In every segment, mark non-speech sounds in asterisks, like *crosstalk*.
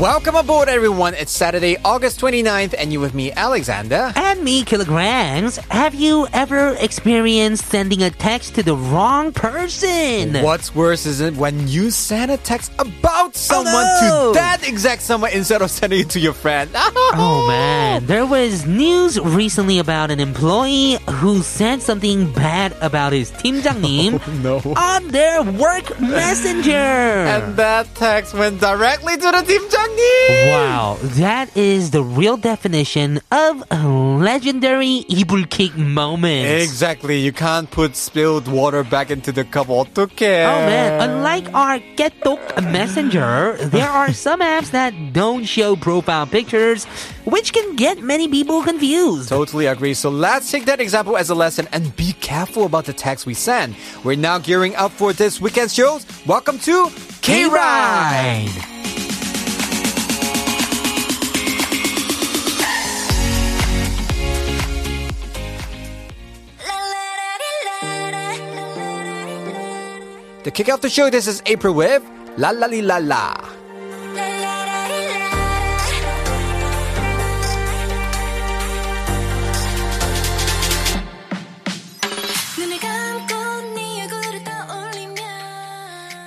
Welcome aboard, everyone. It's Saturday, August 29th, and you with me, Alexander. And me, kilograms. Have you ever experienced sending a text to the wrong person? What's worse is it when you send a text about someone Oh, no. to that exact someone instead of sending it to your friend. Oh man, there was news recently about an employee who said something bad about his *laughs* 팀장님 Oh, no. on their work messenger. And that text went directly to the Team Changi. wow, that is the real definition of a legendary evil kick moment. Exactly. You can't put spilled water back into the cup. 어떡해. Oh man, unlike our Getok Messenger, there *laughs* are some apps that don't show profile pictures, which can get many people confused. Totally agree. So let's take that example as a lesson and be careful about the text we send. We're now gearing up for this weekend's shows. Welcome to K Ride! To kick off the show, this is April with La La Li La La. 눈을 감고 네 얼굴을 떠올리면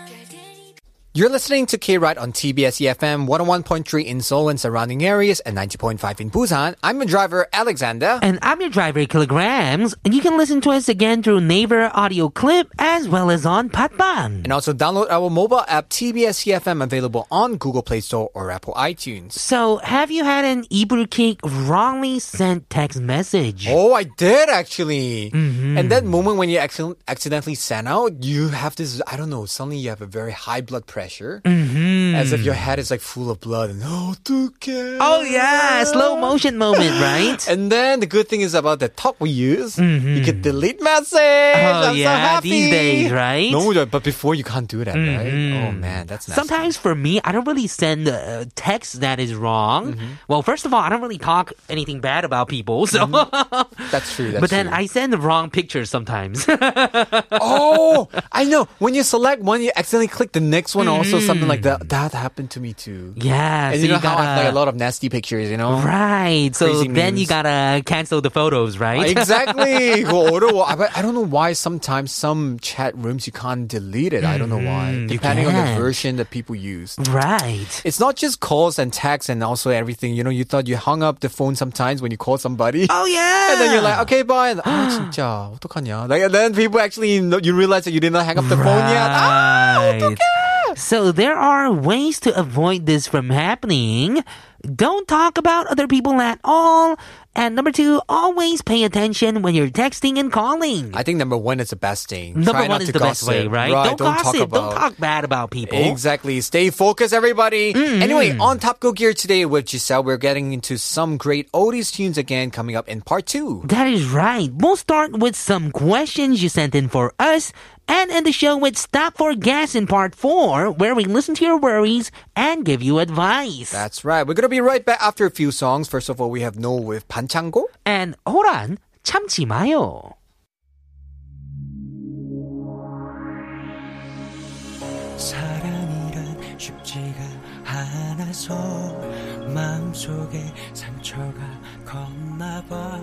별들이 You're listening to K Ride on TBS EFM 101.3 in Seoul and surrounding areas and 90.5 in Busan. I'm your driver, Alexander. And I'm your driver, Kilograms, and you can listen to us again through Naver audio clip as well as on Patbang. And also download our mobile app TBS EFM E available on Google Play Store or Apple iTunes. So, have you had an Ebru kick wrongly sent text message? Oh, I did actually. Mm-hmm. And that moment when you accident- accidentally send out, you have this, I don't know, suddenly you have a very high blood pressure. Mm-hmm. As if your head is like full of blood. And, oh, okay. Oh yeah, slow motion moment, right? Mm-hmm. And then the good thing is about the talk we use, you can delete message. I'm so Oh, yeah, happy. these days, right? Mm-hmm. No, but before you can't do that, right? Oh man, that's nasty. Sometimes for me, I don't really send uh, text that is wrong. Mm-hmm. Well, first of all, I don't really talk anything bad about people, so. *laughs* that's true. Mm-hmm. That's but then true. I send the wrong pictures *laughs* sometimes. oh, I know. When you select one, you accidentally click the next one. Also, something like that. That happened to me too. Mm-hmm. yeah, And so you know how I have gotta- like a lot of nasty pictures, you know? Right. So Crazy then you memes. gotta cancel the photos, right? exactly. *laughs* 그거 어려워. I, I don't know why sometimes some chat rooms you can't delete it. I don't know why. Depending on the Mm-hmm. can't. version that people use. *laughs* right. It's not just calls and texts and also everything. You know, you thought you hung up the phone sometimes when you call somebody. Oh *laughs* yeah. And then you're like, okay, bye. And, *gasps* ah, 진짜, 어떡하냐. Like, and then people actually, know, you realize that you did not hang up the phone yet. Ah! Right. So there are ways to avoid this from happening. Don't talk about other people at all. And number two, always pay attention when you're texting and calling. I think number one is the best thing. Try number not one is to the best gossip. way, right? Don't, gossip. talk about Don't talk bad about people. Mm-hmm. Exactly. Stay focused, everybody. Anyway, on Top Go Gear today with Giselle, we're getting into some great oldies tunes again coming up in part two. That is right. We'll start with some questions you sent in for us and end the show with Stop for Gas in part four, where we listen to your worries and give you advice. That's right. We're going to be right back after a few songs. First of all, we have No with 반창고. and hold on, 참지 마요. 사랑이란 쉽지가 않아서 마음속에 상처가 컸나봐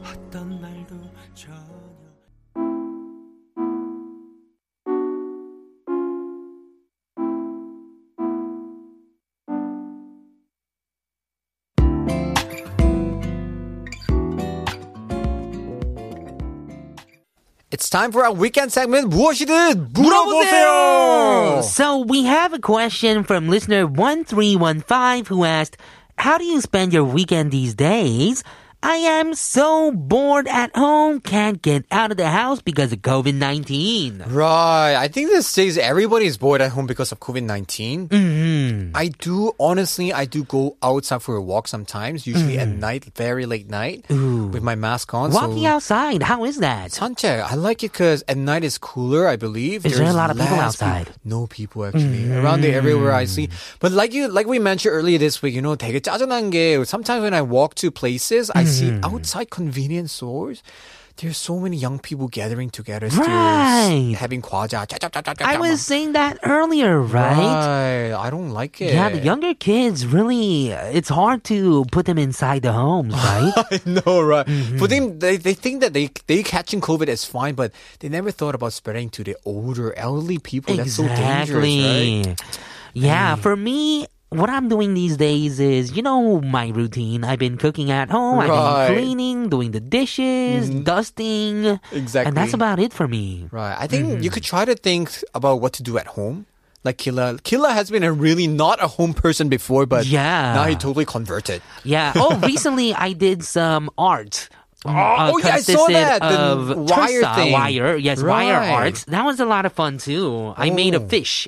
어떤 말도 전혀 It's time for our weekend segment. 무엇이든 물어보세요! 물어보세요. So we have a question from listener 1315 who asked, How do you spend your weekend these days? I am so bored at home, can't get out of the house because of COVID 19. Right. I think this says everybody's bored at home because of COVID 19. I do, honestly, I do go outside for a walk sometimes, usually at night, very late night, with my mask on. Walking so outside, how is that? Sanche, I like it because at night it's cooler, I believe. Is there a There's lot of people less peop- outside? Mm. no people actually around the area where I see. But like you, like we mentioned earlier this week, you know, 되게 짜증난 게 sometimes when I walk to places, I see Mm-hmm. outside convenience stores. There's so many young people gathering together, still Right. s- having 과자. 짜짜짜짜짜짜. I was saying that earlier, right? right. I don't like it. Yeah, the younger kids really, it's hard to put them inside the homes, right? *laughs* I know, right? Mm-hmm. For them, they, they think that they they catching COVID is fine, but they never thought about spreading to the older, elderly people. That's so dangerous, right? Yeah, for me, what I'm doing these days is, you know, my routine. I've been cooking at home, I've Right. Mm-hmm. been cleaning, doing the dishes, dusting. And that's Exactly. about it for me. Right. I think Mm-hmm. you could try to think about what to do at home. Like Killa, Killa has been a really not a home person before, but Yeah. now he totally converted. Yeah. *laughs* Oh, recently I did some art. uh, oh, yeah, I saw consisted that, the Of wire tersa, thing. Wire, yes, wire Right. art. That was a lot of fun too. I made Oh. a fish.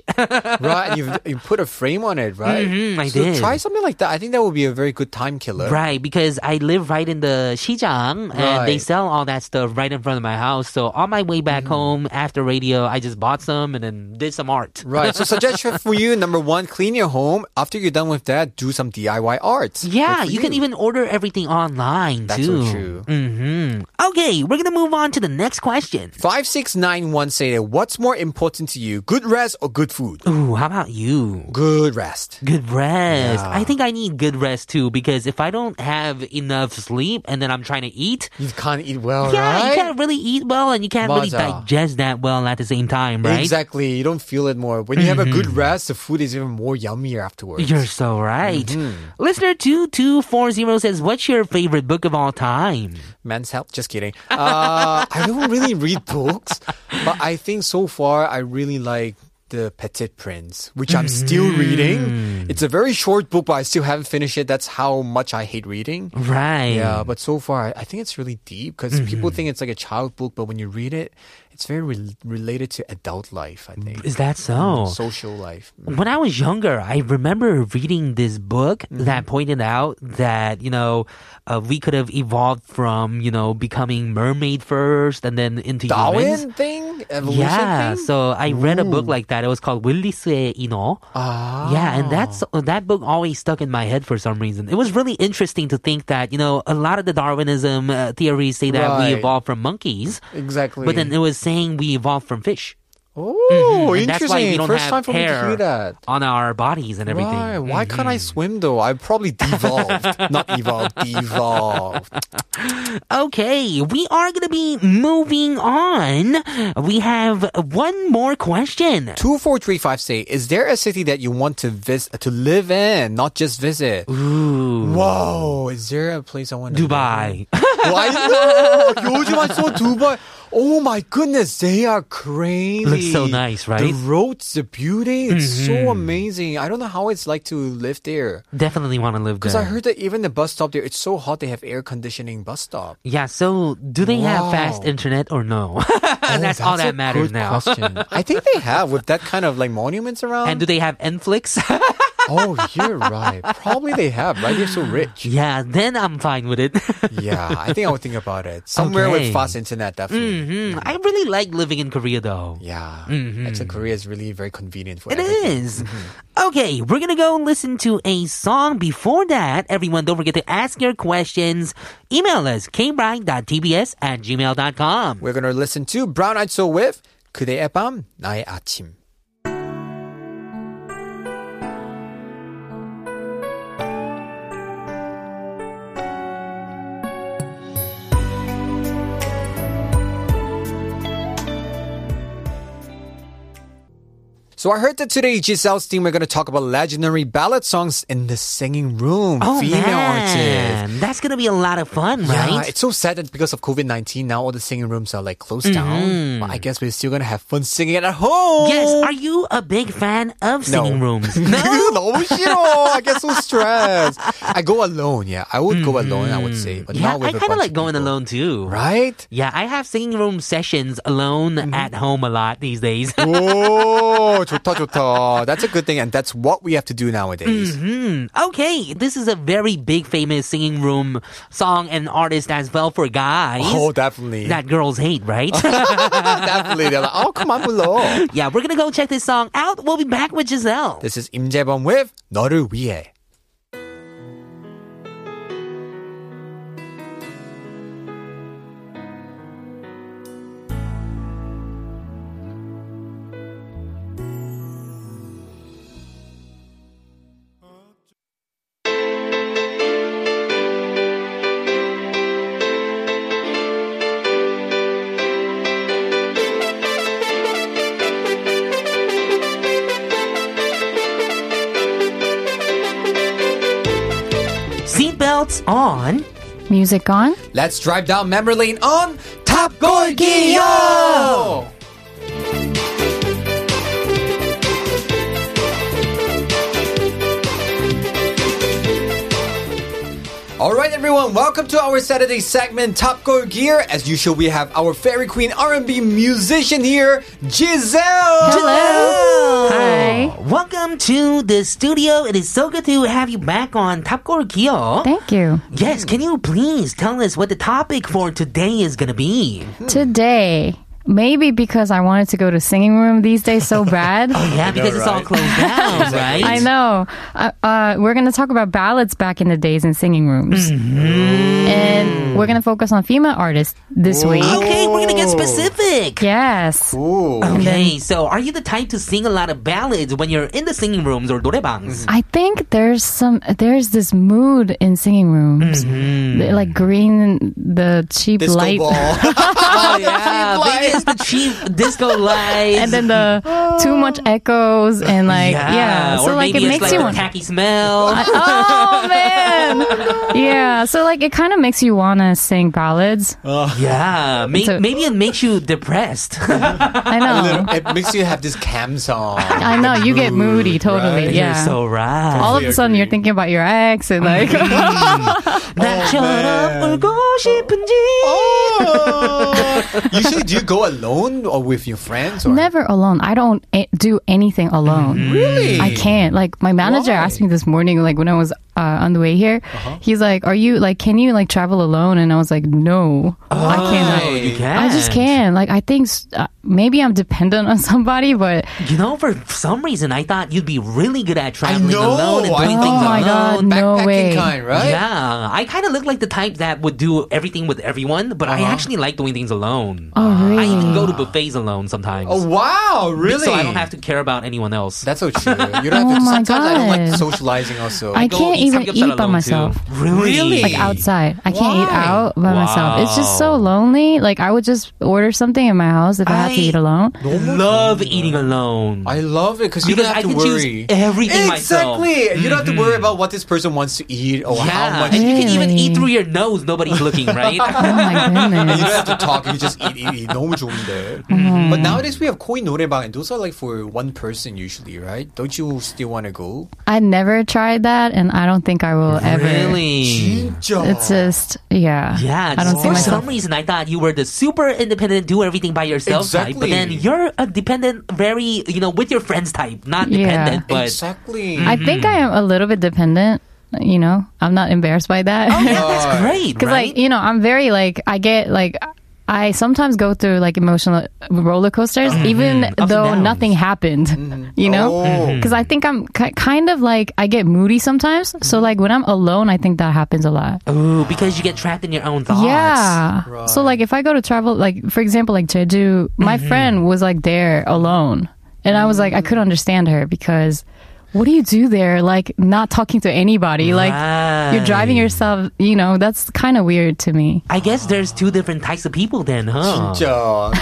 right. And you you put a frame on it, right? Mhm, I so did. Try something like that. I think that would be a very good time killer. Right, because I live right in the Xijang and Right. they sell all that stuff right in front of my house. So on my way back home after radio, I just bought some and then did some art. Mm-hmm. Right. So suggestion for you number one, clean your home. After you're done with that, do some DIY arts. Yeah, Good for you can even order everything online That's too. so true. hmm Okay, we're gonna move on to the next question. 5691 say that what's more important to you, good rest or good food? Ooh, how about you? Good rest. Good rest. Yeah. I think I need good rest too because if I don't have enough sleep and then I'm trying to eat, You can't eat well, yeah, right? you can't really eat well and you can't really Maza. digest that well at the same time, right? Mm-hmm. Exactly. You don't feel it more. When you have a good rest, the food is even more yummier afterwards. You're so right. Mm-hmm. Listener 2240 says, What's your favorite book of all time? Men's health? Just kidding. Uh, I don't really read books, but I think so far I really like The Petit Prince, which I'm still Mm-hmm. reading. It's a very short book, but I still haven't finished it. That's how much I hate reading. Right. Yeah, but so far I- I think it's really deep because Mm-hmm. people think it's like a child book, but when you read it, it's very re- related to adult life. I think Is that so? social life. When I was younger, I remember reading this book Mm-hmm. that pointed out that, you know, uh, we could have evolved from, you know, becoming mermaid first and then into humans. Darwin thing, evolution yeah, thing. so I read a book like that. It was called Willisue Ino. Ah. Yeah, and that's uh, that book always stuck in my head for some reason. It was really interesting to think that you know a lot of the Darwinism uh, theories say that we Right. evolved from monkeys, Exactly. but then it was saying we evolved from fish. oh, Mm-hmm. and interesting. that's why we don't First have time for me to hair hear that. on our bodies and everything. Mm-hmm. Why? Why can't I swim though? I *laughs* probably devolved, not evolved, devolved. Okay, we are gonna be moving on. We have one more question. Two four three five say, is there a city that you want to visit, to live in, not just visit? Ooh, Whoa, is there a place I want to? Dubai. *laughs* Well, I know. 요즘 I saw Dubai. Oh my goodness, they are crazy. Looks so nice, The right? Mm-hmm. roads, the beauty, it's so amazing. I don't know how it's like to live there. Definitely want to live there. Because I heard that even the bus stop there, it's so hot they have air conditioning bus stop. Yeah, so do they have fast Wow. internet or no? Oh, *laughs* that's, all a that good matters now. *laughs* question. I think they have with that kind of like monuments around. And *laughs* do they have Netflix? oh, you're right. Probably they have, right? They're so rich. yeah, then I'm fine with *laughs* it. Yeah, I think I would think about it. Somewhere Okay. with fast internet, definitely. hmm I really like living in Korea though. Yeah, actually, Korea is really very convenient for Mm-hmm. It everything. is. Mm-hmm. Okay, we're gonna go listen to a song. Before that, everyone, don't forget to ask your questions. Email us, kbride.tbs at gmail.com. We're gonna listen to Brown Eyed Soul with 그대의 밤 나의 아침. So I heard that today, G South's team, we're going to talk about legendary ballad songs in the singing room. Oh female man, artists. that's gonna be a lot of fun, Yeah, right? it's so sad that because of COVID 19, now all the singing rooms are like closed down. But I guess we're still going to have fun singing it at home. Mm-hmm. yes. Are you a big fan of *laughs* singing rooms? 너무 싫어. Oh, I get so stressed. I go alone. Yeah, I would go alone. I would say, but Mm-hmm. yeah, not with I a kind of bunch like going people. alone too. *laughs* right? Yeah, I have singing room sessions alone at home a lot these days. *laughs* oh, 좋다 좋다. That's a good thing, and that's what we have to do nowadays. Mm-hmm. okay, this is a very big famous singing room song and artist as well for guys. Oh, definitely. that girls hate, right? *laughs* *laughs* definitely. They're like, oh, come on, below. yeah, we're gonna go check this song out. We'll be back with Giselle. This is Im Jaebom with 너를 위해. Seatbelts on. Music on. Let's drive down memory lane on Top Goal Gyo. All right, everyone. Welcome to our Saturday segment, Top Goal Gear. As usual, we have our fairy queen R&B musician here, Giselle. Hello. Oh. Hi. Welcome to the studio. It is so good to have you back on Top Core Kyo. Thank you. Yes, can you please tell us what the topic for today is going to be? Mm-hmm. Today, maybe because I wanted to go to singing room these *laughs* days so bad. Yeah, because it's all right? closed down, right? I know. Uh, uh, we're going to talk about ballads back in the days in singing rooms. Mm-hmm. And we're going to focus on female artists this week. Oh. Okay, Oh. we're going to get specific. Yes. Okay, so are you the type to sing a lot of ballads when you're in the singing rooms or norebangs? I think there's some there's this mood in singing rooms, Mm-hmm. The- like green the cheap Disco light, *laughs* ball. *laughs* oh, yeah. Uh, Maybe it's the *laughs* cheap disco lights. and then the too much echoes and like yeah, so or like it maybe it's makes like you the want. tacky smell. oh man, yeah. So like it kind of makes you wanna sing ballads. *laughs* yeah, may- So- maybe it makes you depressed. *laughs* I know, It makes you have this cam song. I know. You get moody, totally. right? Yeah. You're so right. All of a sudden, you're thinking about your ex and like. *laughs* 나처럼 울고 싶은지. Oh. Usually, do you go alone or with your friends? Or? Never alone. I don't a- do anything alone. Mm-hmm. Really? I can't. Like my manager Why? asked me this morning, like when I was uh, on the way here, he's like, "Are you like, can you like travel alone?" And I was like, "No, I Oh, cannot. you can. I just can't. Like I think s- uh, maybe I'm dependent on somebody, but You know, for some reason, I thought you'd be really good at traveling know, alone and I doing know. things oh my alone. god, no Backpacking way. kind, right? Yeah, I kind of look like the type that would do everything with everyone, but I Uh-huh. actually like doing things alone. Oh I really? even go to buffets alone sometimes. Oh wow! Really? So I don't have to care about anyone else. That's so true. You don't Oh have to. my Sometimes I don't like God. socializing. Also, I Go can't even samgyeopsal eat by alone, myself. too. Really? Really? Like outside, I can't eat Why? out by myself. It's just so lonely. Like I would just order something in my house if I, had to I- eat alone. love eating alone. I love it because you don't Because have I to can worry. choose everything myself. Mm-hmm. exactly. You don't have to worry about what this person wants to eat or yeah, how much. and you can even Really? eat through your nose. Nobody's looking, right? *laughs* *laughs* Oh my goodness. And you don't have to talk. You just eat, eat, eat. 너무 좋은데. Mm-hmm. But nowadays we have koi 노래방, and those are like for one person usually, right? Don't you still want to go? I never tried that, and I don't think I will ever. really? 진짜. It's just, yeah. Yeah, I don't just see for myself. some reason I thought you were the super independent, do everything by yourself type, but Exactly. then you're a dependent, very you know, with your friends type, not Yeah. dependent, but exactly. I think I am a little bit dependent. You know, I'm not embarrassed by that Oh, *laughs* yeah, that's great, because, right? like, you know, I'm very like I get like I sometimes go through like emotional roller coasters, even Mm-hmm. and though downs. Mm-hmm. nothing happened. You know, Oh. because I think I'm ki kind of like I get moody sometimes. So like when I'm alone, I think that happens a lot. Ooh, because you get trapped in your own thoughts. Yeah. So like if I go to travel, like for example, like Jeju, my friend was like there alone, and I was like I couldn't understand her because what do you do there? Like not talking to anybody. Like you're driving yourself. You know, that's kind of weird to me. I guess there's two different types of people then, huh? 진짜.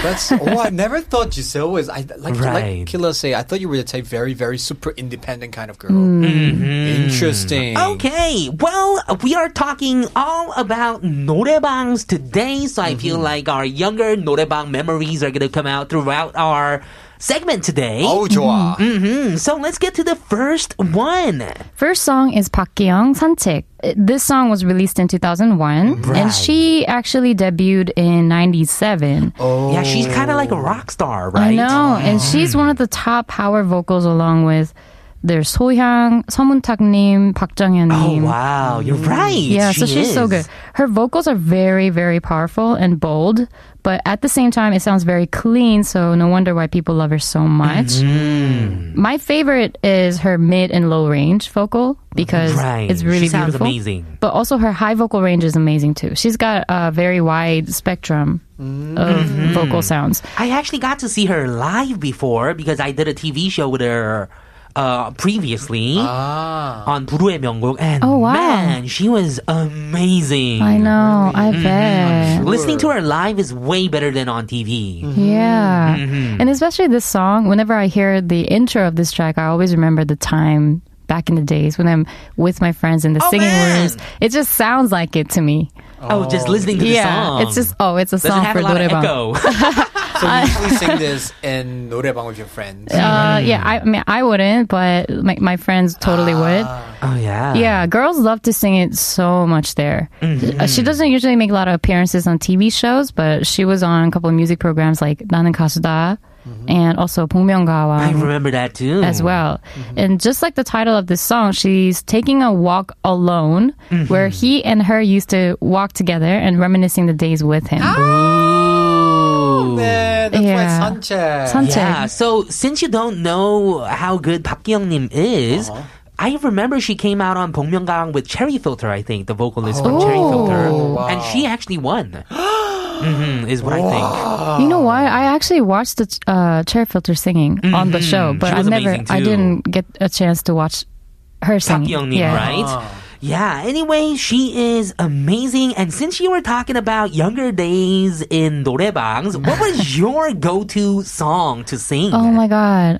That's oh, I never thought Giselle was. I like Right. like Killa say. I thought you were the type very very super independent kind of girl. Mm. Interesting. Mm-hmm. Okay, well, we are talking all about norebangs today, so I feel like our younger norebang memories are going to come out throughout our segment today. Oh, 좋아. Mm, So let's get to the first one. First song is Park Kyung Santik. This song was released in 2001, Right. and she actually debuted in '97. Yeah, she's kind of like a rock star, I right? know, and she's one of the top power vocals along with their Sohyang, Oh, 서문탁님, 박정현님. wow. You're right. Yeah, she so she's so is. good. Her vocals are very, very powerful and bold, but at the same time, it sounds very clean, so no wonder why people love her so much. Mm-hmm. My favorite is her mid and low range vocal because Right. it's really She sounds beautiful. amazing. But also, her high vocal range is amazing too. She's got a very wide spectrum of Mm-hmm. vocal sounds. I actually got to see her live before because I did a TV show with her uh, previously on Buru의 명곡. And Oh, wow. man, she was amazing. I know, I Mm-hmm. bet. Listening to her live is way better than on TV. Mm. Yeah. Mm-hmm. And especially this song, whenever I hear the intro of this track, I always remember the time back in the days when I'm with my friends in the Oh, singing man. rooms. It just sounds like it to me. Oh, just listening to the yeah. song. It's just, oh, it's a doesn't song have for a lot of 노래방. echo. So you usually sing this in 노래방 with your friends. Uh, Mm-hmm. yeah, I, I mean, I wouldn't, but my, my friends totally would. *laughs* oh yeah. *laughs* Yeah, girls love to sing it so much there. Mm-hmm. Uh, She doesn't usually make a lot of appearances on TV shows, but she was on a couple of music programs like 나는 가수다 and also 복면가왕. Mm-hmm. I remember that too. as well. And just like the title of this song, she's taking a walk alone where he and her used to walk together and reminiscing the days with him. Ah! Oh, man, that's Yeah. why Sanchez. Suncheon. Yeah. So since you don't know how good Park Nim is, I remember she came out on Gang with Cherry Filter. I think the vocalist from Cherry Oh. Filter, and she actually won. hmm is what I think. You know what? I actually watched the uh, Cherry Filter singing on the show, Mm-hmm. but She I was never, amazing I too. didn't get a chance to watch her Park sing. Nim, right? Yeah. Anyway, she is amazing. And since you were talking about younger days in 노래방s, what was your go-to song to sing? Oh my god.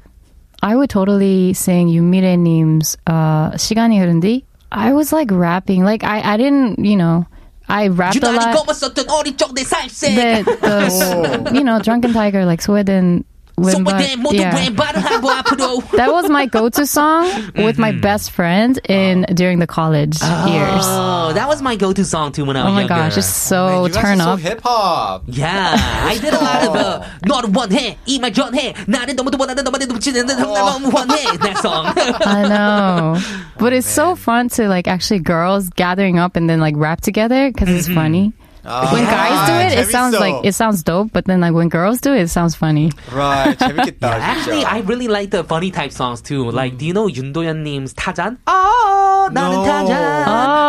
I would totally sing Yumire Nim's uh 시간이 흐른 뒤. I was like rapping. Like I I didn't, you know, I rapped a 유난히 lot. 검었었던 어린 적내 살색. the, the you know drunken tiger like Sweden 손바닥 Wimba, 모두 yeah 왼발을 하고 앞으로. that was my go-to song with my best friend in during the college years Oh, that was my go-to song too when I was oh my younger. gosh it's so You guys turn are so up hip hop. yeah, I did a lot of uh, "널 원해, 이말 전해, 나를 너무도 원하는 너만의 눈치는 날 너무 원해." That song. I know but it's so fun to like actually girls gathering up and then like rap together because it's funny when Ah, guys do it, it 재밌어. sounds like it sounds dope. But then, like when girls do it, it sounds funny. Right, *laughs* 재밌겠다. Actually, I really like the funny type songs too. Mm. Like, do you know 윤도현님's 타잔? Oh, No. 나는 타잔.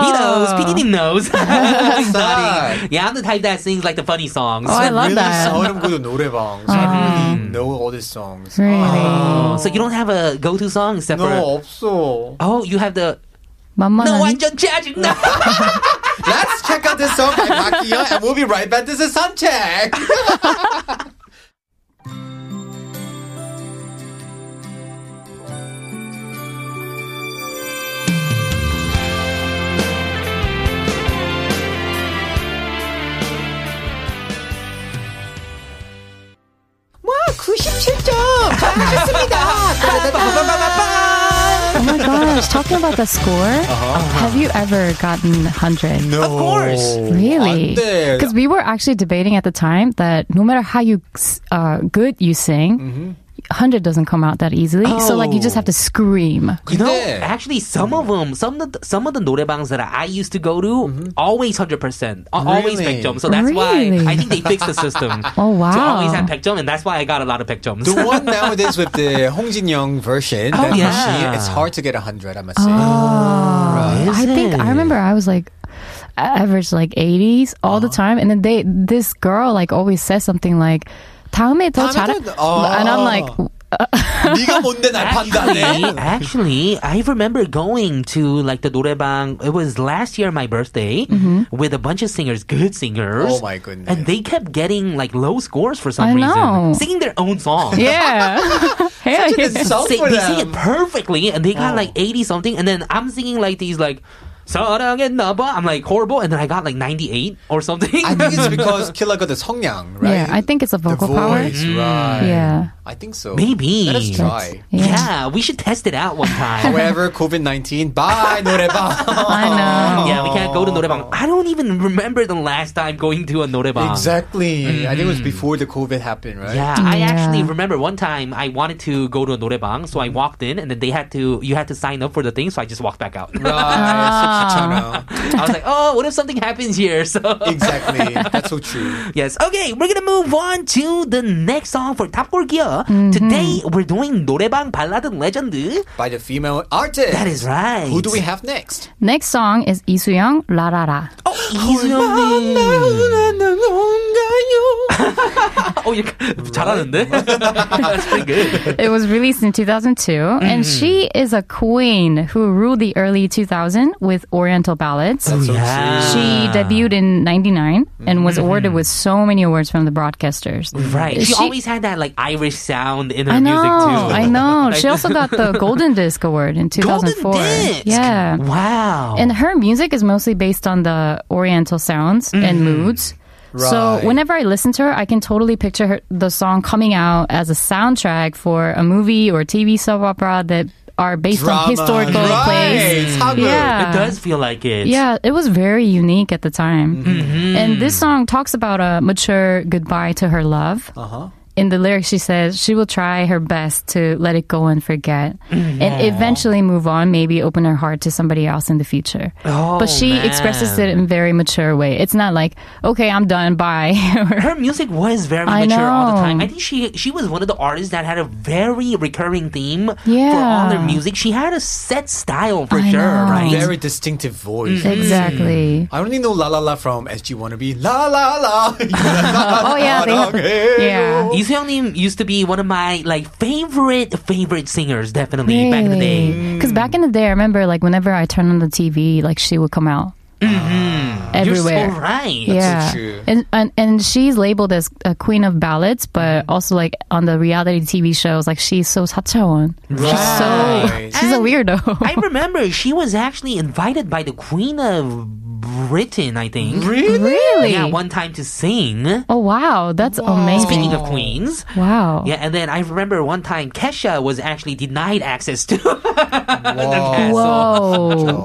He knows. PD님 knows. *laughs* *laughs* He's nodding. Sad. yeah, I'm the type that sings like the funny songs. Oh, I love really that. 서울은 그래도 노래방. So I really know all these songs. Really, Oh, so you don't have a go-to song except No, for 없어. oh, you have the Mama 너 Nani? 완전 짜증나. *laughs* Let's check out this song by Makia, and we'll be right back. This is Suncheck. Oh my gosh! Talking about the score, have you ever gotten hundred? No. Of course. Really? 안 돼. Because we were actually debating at the time that no matter how you uh, good you sing, 100 doesn't come out that easily. So like you just have to scream. You know, 근데- actually, some of them, some of the, some of the 노래bangs that I used to go to, always hundred percent, always Mm-hmm. Really? 백점. So that's Really? why I think they fixed the system. *laughs* Oh To wow. always have 백점, and that's why I got a lot of 백jums. The one nowadays with the Hong Jin Young version, Oh, that yeah. machine, it's hard to get 100, I must say. I think I remember I was like average like 80s all the time and then they this girl like always says something like 다음에 더 다음에 잘 더- 어. and I'm like 네 네가 뭔데 날 *laughs* Actually, 판단해? actually, I remember going to like the 노래방. It was last year my birthday Mm-hmm. with a bunch of singers, good singers. Oh my goodness. And they kept getting like low scores for some I reason, know. singing their own song. Yeah. *laughs* Hell Such an yeah. insult Sing- for they sing them. it perfectly, and they got Wow. like eighty something. And then I'm singing like these like. 사랑했나봐. I'm like horrible, and then I got like 98 or something. I *laughs* think it's because Killa got the 성량, right? Yeah, I think it's a vocal the power. Mm. voice, right? Yeah. I think so. Maybe. Let us try. Yeah. yeah. we should test it out one time. *laughs* However, COVID nineteen, bye 노래방. *laughs* I Oh. know. Yeah, we can't go to 노래방. I don't even remember the last time going to a 노re방. Exactly. I think it was before the COVID happened, right? Yeah, I Yeah. Mm-hmm. actually remember one time I wanted to go to a 노래방, so I walked in and then they had to you had to sign up for the thing, so I just walked back *laughs* out. Right. I was like, oh, what if something happens here? *laughs* So exactly. That's so true. yes, okay, we're gonna move on to the next song for Top Gear. Mm-hmm. Today we're doing 노래방 발라드 레전드. By the female artist. That is right. Who do we have next? Next song is Lee Soo-young, La La La. Oh, 이수연님. *laughs* oh, you 잘하는데? That's pretty good. It was released in 2002, Mm-hmm. and she is a queen who ruled the early 2000 with Oriental ballads. She Ah. debuted in 99 and was awarded with so many awards from the broadcasters. Mm-hmm. Right. She, She- always had that like Irish sound in her I know, music too. I *laughs* know. Like- She also got the Golden Disc Award in 2004. Disc! Yeah. Oh. Wow. And her music is mostly based on the Oriental sounds and moods. So Mm-hmm. Right. whenever I listen to her, I can totally picture her, the song coming out as a soundtrack for a movie or TV soap opera that are based on historical right. plays. Sagu. Yeah. it does feel like it. uh, Yeah, it was very unique at the Mm-hmm. time. And this song talks about a mature goodbye to her love. Uh-huh. In the lyrics, she says she will try her best to let it go and forget Mm-hmm. and eventually move on, maybe open her heart to somebody else in the future. Oh, but she man. expresses it in a very mature way. It's not like, okay, I'm done, bye. *laughs* Her music was very I mature all the know. time. I think she she was one of the artists that had a very recurring theme for all Yeah. their music. She had a set style for I sure, know. right? Very distinctive voice. Mm-hmm. exactly. I only know La La La from SG Wannabe. La La *laughs* La. Oh, yeah. They have, yeah. Lee used to be one of my like favorite favorite singers definitely back in the day. Because back in the day, I remember like whenever I turn on the TV, like she would come out everywhere. Mm-hmm. You're so right. yeah. so true. And, and and she's labeled as a queen of ballads, Mm. but also like on the reality TV shows, like she's so 사차원. She's so Right. she's a weirdo. *laughs* I remember she was actually invited by the Queen of Britain, I think. Really? really? Yeah, one time to sing. oh wow, that's Speaking amazing. of queens, Wow. Yeah, and then I remember one time Kesha was actually denied access to. *laughs* Whoa.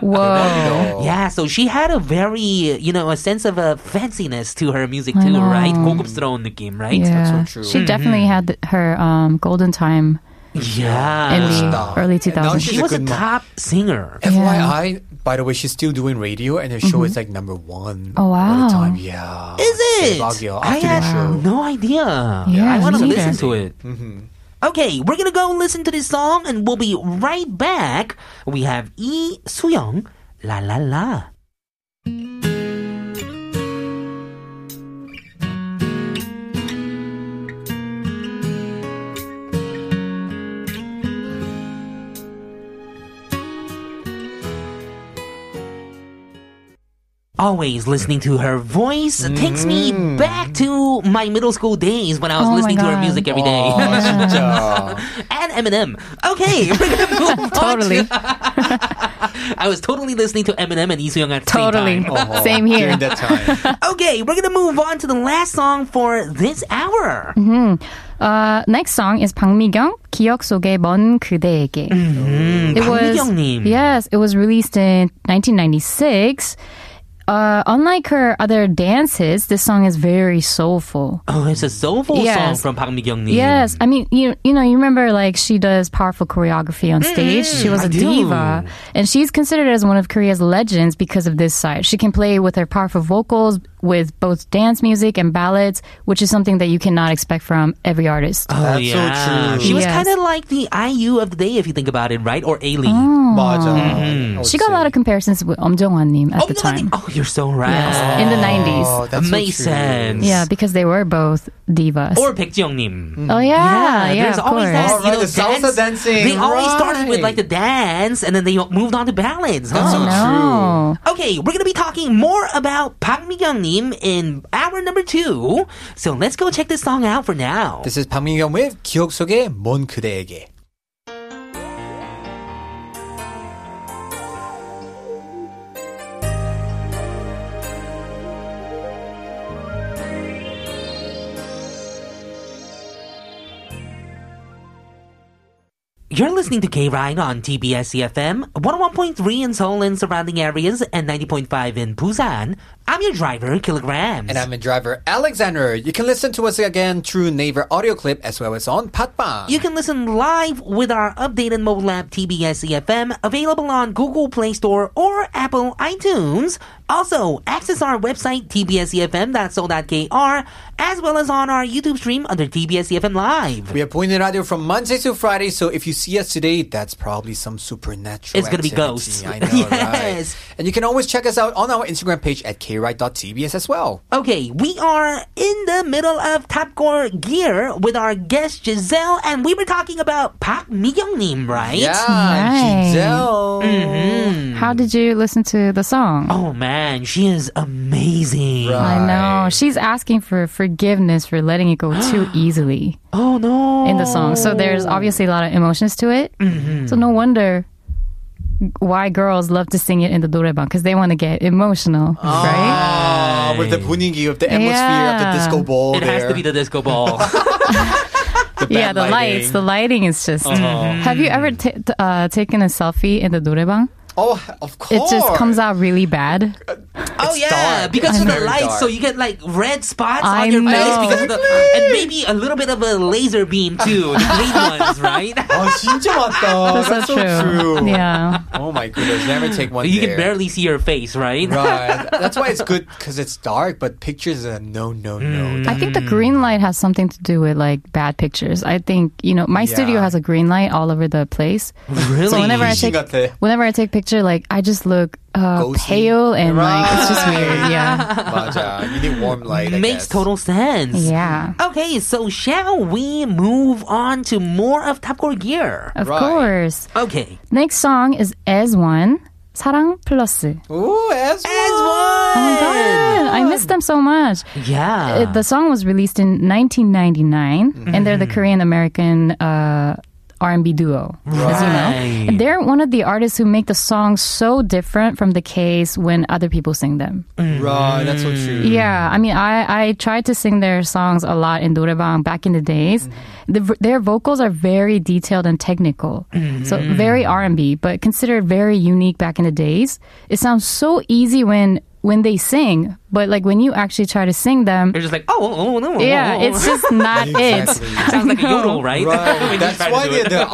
Whoa. Oh. yeah, so she had a very, you know, a sense of a fanciness to her music I too, know. right? 고급스러운 느낌, right? Yeah. so true. Mm-hmm. She definitely had th- her um, golden time Yeah. in the Stop. early And now 2000s. she's she a was a good mo- top singer. FYI, by the way, she's still doing radio, and her show is like number one. All Oh, wow. the time. Yeah. Is it? 대박이야. I After had the show. no idea. Yeah, I want to me neither. listen to it. Mm-hmm. Okay, we're gonna go listen to this song, and we'll be right back. We have Lee Soo-young, La La La. Always listening to her voice takes me Mm. back to my middle school days when I was Oh my listening to her God. music every day. *laughs* and Eminem. Okay, we're gonna move on *laughs* to- Totally. I was totally listening to Eminem and Lee Soo-young at the same Totally. *laughs* time. Same here. Oh, During that *laughs* time. Okay, we're gonna move on to the last song for this hour. Mm-hmm. Uh, next song is 박미경 기억 속에 먼 그대에게. It 박미경님. yes, it was released in 1996. Uh, unlike her other dances, this song is very soulful. Oh, it's a soulful song Yes. from Park Mi Kyung Yes, I mean you you know you remember like she does powerful choreography on stage. She was Mm-hmm. I a do. diva, and she's considered as one of Korea's legends because of this side. She can play with her powerful vocals with both dance music and ballads, which is something that you cannot expect from every artist. Oh, That's so yeah. true. She was Yes. kind of like the IU of the day, if you think about it, right? Or Aileen. Oh, 맞아. I would Mm-hmm. she got say. a lot of comparisons with Om Jong Nim at oh, the no, I time. think- oh, you're so right. Yes, in the 90s. Oh, that's so Makes true. sense. Yeah, because they were both divas. Or Baekjeongnim. oh yeah, yeah, there's of always course. that. All you right, know, the salsa dance- dancing, They always started with right. like the dance, and then they moved on to ballads. That's huh? so Oh, No. Okay, we're gonna be talking more about Park Mikyung Nim in hour number two. So let's go check this song out for now. This is 박민경 with 기억 속에 먼 그대에게. You're listening to K Ride on TBS EFM, 101.3 in Seoul and surrounding areas, and 90.5 in Busan. I'm your driver, Kilograms. And I'm a driver, Alexander. You can listen to us again through Naver audio clip as well as on Patbang. you can listen live with our updated mobile app TBS EFM, E available on Google Play Store or Apple iTunes. Also, access our website E tbsefm.soul.kr, as well as on our YouTube stream under TBS EFM E Live. we are pointing radio from Monday to Friday, so if you see us today, that's probably some supernatural. It's gonna be activity. ghosts. I know, *laughs* Yes. right? And you can always check us out on our Instagram page at krite.tbs as well. Okay, we are in the middle of Top Core Gear with our guest Giselle, and we were talking about Park Mi Nim, right? Yeah, Right. Giselle. Mm-hmm. Hmm. How did you listen to the song? Oh man, she is amazing. Right. I know. She's asking for forgiveness for letting *gasps* it go too easily Oh no. in the song. So there's Oh. obviously a lot of emotions to it. Mm-hmm. So no wonder why girls love to sing it in the 노래방 because they want to get emotional, Oh. right? Ah, with the 분위기 of the atmosphere Yeah. of the disco ball It there. has to be the disco ball. bad Yeah, the lights, lighting. Uh-huh. the lighting is just. mm. Have you ever ta t- uh, taken a selfie in the 노래방? oh, of It course. just comes out really bad. Uh, oh It's yeah, dark. It's because of the very lights, dark. so you get like red spots I on your know. face because of the, and maybe a little bit of a laser beam *laughs* too, the green ones, right? 아, Oh, 진짜 맞다. *laughs* That's, so true. *laughs* Yeah. Oh my goodness, never take one You there. can barely see your face, right? Oh, Right. That's why it's good because it's dark, but pictures are no, no, Mm. no. I think the green light has something to do with like bad pictures. I think you know my studio Yeah. has a green light all over the place. Really? So whenever I 귀신 take 같아. whenever I take picture, like I just look uh, Ghosty. pale and like it's just Right. weird. *laughs* Yeah, 맞아. You need warm light. I Makes guess. total sense. yeah. Okay, so shall we move on to more of Top Core Gear? Of Right. course. Okay. Next song is As One. 사랑 플러스. Ooh, as Oh my god, I miss them so much. Yeah. It- the song was released in 1999, and they're the Korean American uh, R&B duo, as you know. And they're one of the artists who make the songs so different from the case when other people sing them. Mm. Right. That's so true. Yeah, I mean, I, I tried to sing their songs a lot in Dorebang back in the days. The v their vocals are very detailed and technical, so very R and B, but considered very unique back in the days. It sounds so easy when when they sing, but like when you actually try to sing them, You're just like, oh, oh, oh no. yeah, oh, oh. it's just not Exactly. it. *laughs* sounds like a *laughs* yodel, right? *laughs* When you Right. That's try to why do they're it. the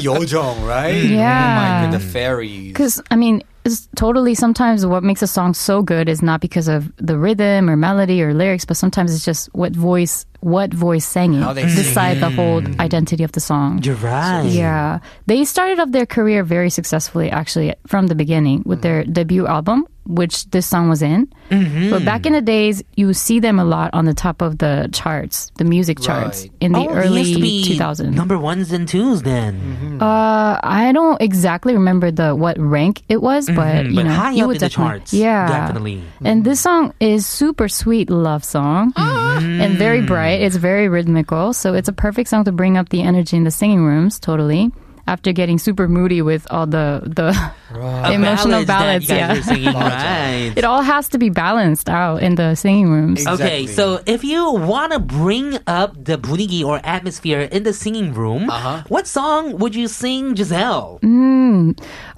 R&B yojong, right? Mm. Yeah. Oh my god, the fairies. Because I mean, it's totally. Sometimes what makes a song so good is not because of the rhythm or melody or lyrics, but sometimes it's just what voice, what voice sang it, How they decide the whole identity of the song. *laughs* You're right. Yeah, they started off their career very successfully, actually, from the beginning with their debut album, which this song was in. Mm-hmm. But back in the days, you see them a lot on the top of the charts, the music charts Right. in the oh, they early used to be 2000s. number ones and twos Mm-hmm. then. Uh, I don't exactly remember the what rank it was, but you Mm-hmm, but know, high you up would in the definitely- charts, Yeah, definitely. Mm-hmm. And this song is super sweet love song, Mm-hmm. and very bright. It's very rhythmical, so it's a perfect song to bring up the energy in the singing rooms. Totally. After getting super moody with all the the *laughs* emotional ballads, ballads, that you guys yeah, are singing, right. *laughs* it all has to be balanced out in the singing rooms. Okay, Exactly. so if you want to bring up the 분위기 or atmosphere in the singing room, what song would you sing, Giselle? Mm. Hmm.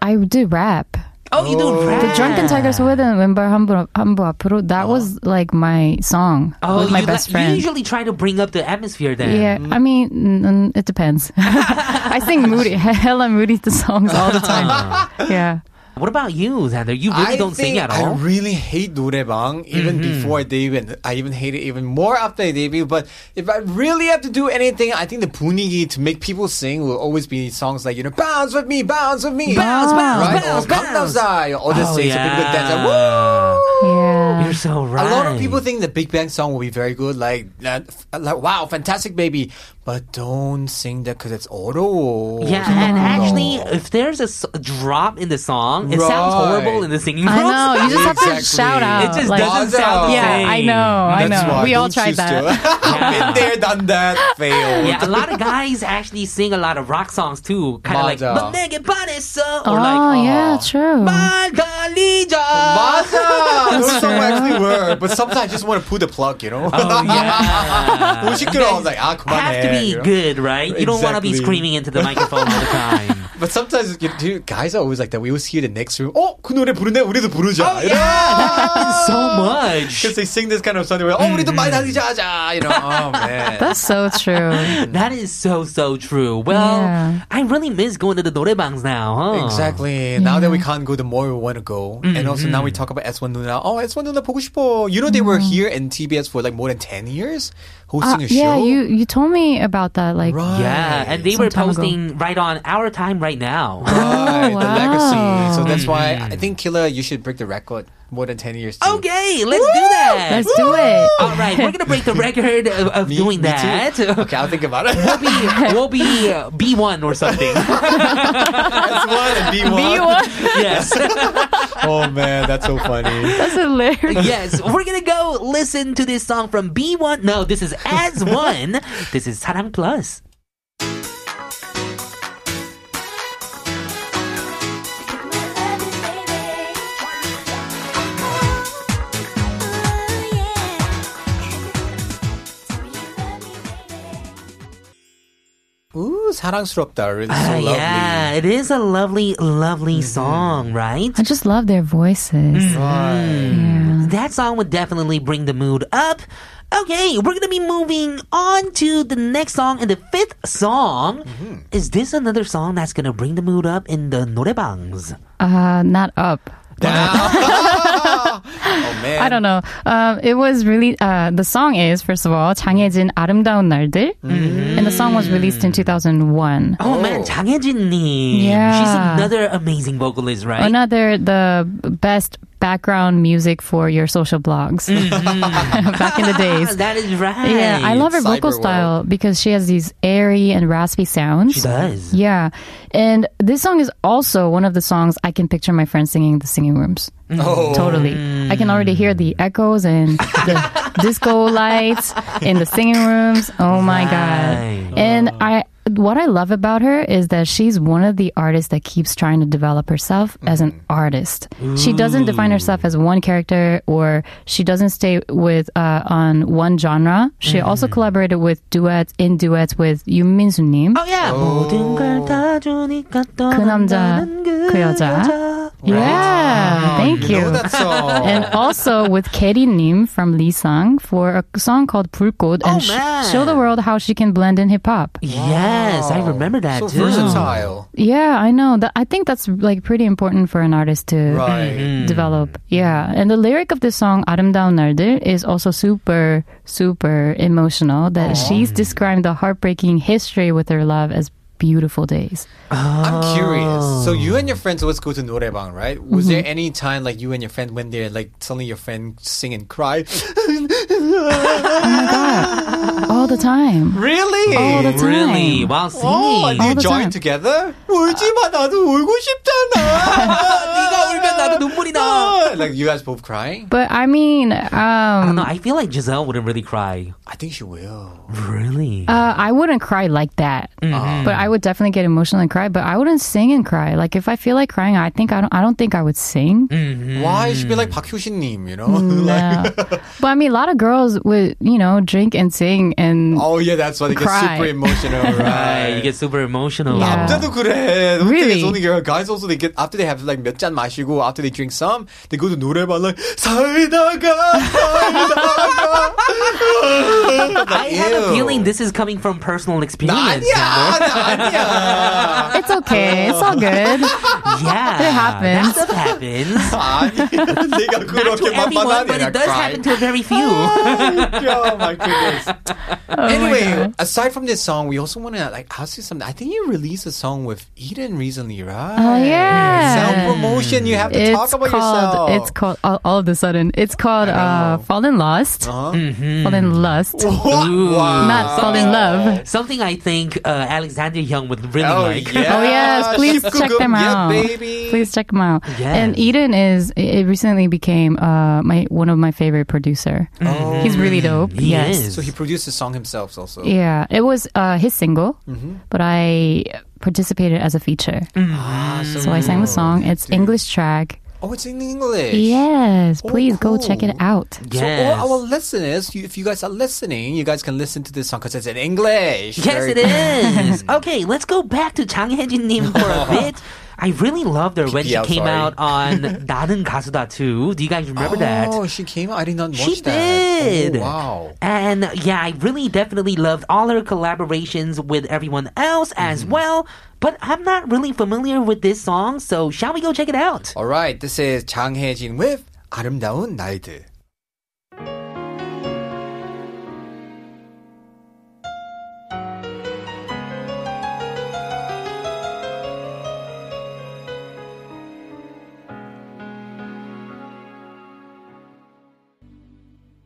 I do rap. Oh, you do rap. The Drunken Tigers wouldn't remember Humble Apuro. That was like my song Oh, with my you best li- friend. You usually try to bring up the atmosphere then. Yeah, I mean, mm, mm, it *laughs* depends. I sing moody, hella moody the songs all the time. Yeah. What about you, Xander? You really I don't think sing at all. I Mm-hmm. really hate 노래방 even before I debuted. I even hate it even more after I debut. But if I really have to do anything, I think the 분위기 to make people sing will always be songs like you know bounce with me, bounce with me, Bounce, bounce, right? bounce, or come bounce. outside, or all these Oh, things. So people yeah. could dance. Like, Woo! Yeah. You're so right. A lot of people think the Big Bang song will be very good, like, uh, f- like wow, fantastic baby. But don't sing that because it's auto. Yeah, and actually, if there's a s- drop in the song, it sounds Right. horrible in the singing I voice. *laughs* know. You just have to Exactly. shout out. It just like- doesn't sound the Yeah, same. I know. I That's know. why we all don't choose *laughs* tried *laughs* to. that. Yeah. Been there, done that, failed. Yeah, a lot of guys actually sing a lot of rock songs too, kind of like 맞아. "But nigga, but it's so" oh, or like "Oh, yeah, true. "But the leader." *laughs* 맞아! Those songs actually were, but sometimes I just want to pull the plug, you know? Oh *laughs* yeah, Which you could all like, ah, come on, have to man," be you know? good, right? You don't want to be Exactly. screaming into the microphone all *laughs* the time. But sometimes, you, dude, guys are always like that. We always hear the next room, oh, 그 노래 부르네, 우리도 부르자. you know? Oh, Oh. *laughs* so much. Because they sing this kind of song, they're like, oh, 우리도 많이 달리자, 하자," you know? Oh, man. That's so true. That is so so true. Well, Yeah. I really miss going to the norebangs now, huh? Mm, Exactly. Now that we can't go, the more we want to go. And also now we talk about S1 Nuna. Oh, S1 Nuna 보고 싶어. You know they were here in TBS for like more than 10 years Mm. Uh, hosting a yeah, show. you you told me about that. Like, Right. Yeah, and they Some were time ago. posting right on our time *laughs* right now. Right, Oh, the legacy. So wow. that's why I think Killer, you should break the record more than 10 years. too. Mm. okay, let's do that. let's do it. *laughs* All right, we're gonna break *laughs* the record of, of Me- doing me too. that. *laughs* Okay, I'll think about *laughs* it. We'll be- we'll be uh, B1 or something. *laughs* S1 and B1. *laughs* *laughs* yes. Oh man, that's so funny. That's hilarious. yes. We're going to go listen to this song from B1. No, this is As *laughs* One. This is Sarang Plus. Ooh, 사랑스럽다. Really so Uh, lovely. yeah, it is a lovely, lovely song, right? I just love their voices. Mm. Mm. That song would definitely bring the mood up. Okay, we're gonna be moving on to the next song and the fifth song. Is this another song that's gonna bring the mood up in the norebangs? Uh, not up. Oh man. *laughs* I don't know. Um, it was really uh, the song is first of all 장혜진 아름다운 날들, and the song was released in 2001. Oh, man, 장혜진님, Yeah. she's another amazing vocalist, right? Another the best background music for your social blogs *laughs* back in the Ah, *laughs* days. that is right. Yeah, I love her vocal Cyberworld. style because she has these airy and raspy sounds. She does. Yeah. And this song is also one of the songs I can picture my friends singing in the singing rooms. Oh. Totally. I can already hear the echoes and the disco lights in the singing rooms. Oh my Right. God. And I what I love about her is that she's one of the artists that keeps trying to develop herself as an artist. She doesn't define herself as one character or she doesn't stay with uh, on one genre. She also collaborated with duets in duets with Yoon Soo Nim. Oh yeah. 모든 걸다 주니까 그 남자, 떠난다는 그 그 여자. 여자. Yeah, thank You you. know that song. *laughs* and also with Katie Nim from Lee Sang for a song called Purkod Oh, and sh- man. show the world how she can blend in hip hop. Yes, I remember that so too. versatile. Yeah, I know. That I think that's like pretty important for an artist to Right. develop. Yeah, and the lyric of this song "아름다운 날들" is also super, super emotional. That Oh. she's describing the heartbreaking history with her love as beautiful *laughs* days. I'm curious. Oh. So you and your friends always go to 노래방, right? Was there Mm-hmm. any time like you and your friend went there, like suddenly your friend sing and *laughs* cry? Oh All the time. really? Oh, All the time. Really? Wow, singing. Oh, and All you the join time. together? 울지 마, 나도 울고 Uh, *laughs* 네가 울면 *laughs* 나도 싶잖아. 눈물이 나. Ah, like you guys both crying? But I mean, um, No, I feel like Giselle wouldn't really cry. I think she will. Really? Uh, I wouldn't cry like that, Mm-hmm. but I would definitely get emotional and cry. But I wouldn't sing and cry. Like if I feel like crying, I think I don't. I don't think I would sing. Mm. Why? She'd be like 박효신님, you know? *laughs* like, No. *laughs* but I mean, a lot of girls would, you know, drink and sing, and oh yeah, that's why they get Cry. super emotional, *laughs* Right, right? you get super emotional. Yeah. 남자도 그래. Don't think it's Really? only girl. Guys also they get after they have like 몇잔 마시고 after they drink some, they go to 노래방 like 살다가 살다가. I have a Ew. feeling this is coming from personal experience. 아니야, 아니야. It's okay. It's all *laughs* good. Yeah, It happens. That stuff happens. 아니, 내가 Not to 그렇게만 everyone, but 받아내냐, it does cry. happen to very *laughs* few. *laughs* oh my goodness. Oh my anyway, God. aside from this song, we also want to like ask you something. I think you released a song with Eden recently, right? Oh, yeah. Self promotion. You have to It's talk about called. yourself. It's called. All, all of a sudden, it's called uh, "Fallen Lost." Uh-huh. Mm-hmm. Fallen Lust, What? Wow. not fall in love. Something I think uh, Alexander Young would really Oh, like. yeah. Oh yes, please Sheep check Cuckoo. them Yeah, out. baby. Please check them out. Yeah. And Eden is it recently became uh my one of my favorite producer. He's really dope. Mm-hmm. He yes. is. So he produced the song himself also. Yeah, it was uh his single, but I participated as a feature. Ah, so, So I sang the song. It's English track. Oh, it's in English. Yes, Oh, please go check it cool. out. So Yes. all our listeners, you, if you guys are listening, you guys can listen to this song because it's in English. Yes, Very it *laughs* is. okay, let's go back to Chang Hyejin Nim for a bit. I really loved her when she PPL, came sorry. out *laughs* on 나는 가수다 too. Do you guys remember that? Oh, she came out. I did not watch She that. did. Oh, wow. And yeah, I really definitely loved all her collaborations with everyone else as Mm-hmm. well. But I'm not really familiar with this song, so shall we go check it out? All right, this is 장혜진 with 아름다운 나이들.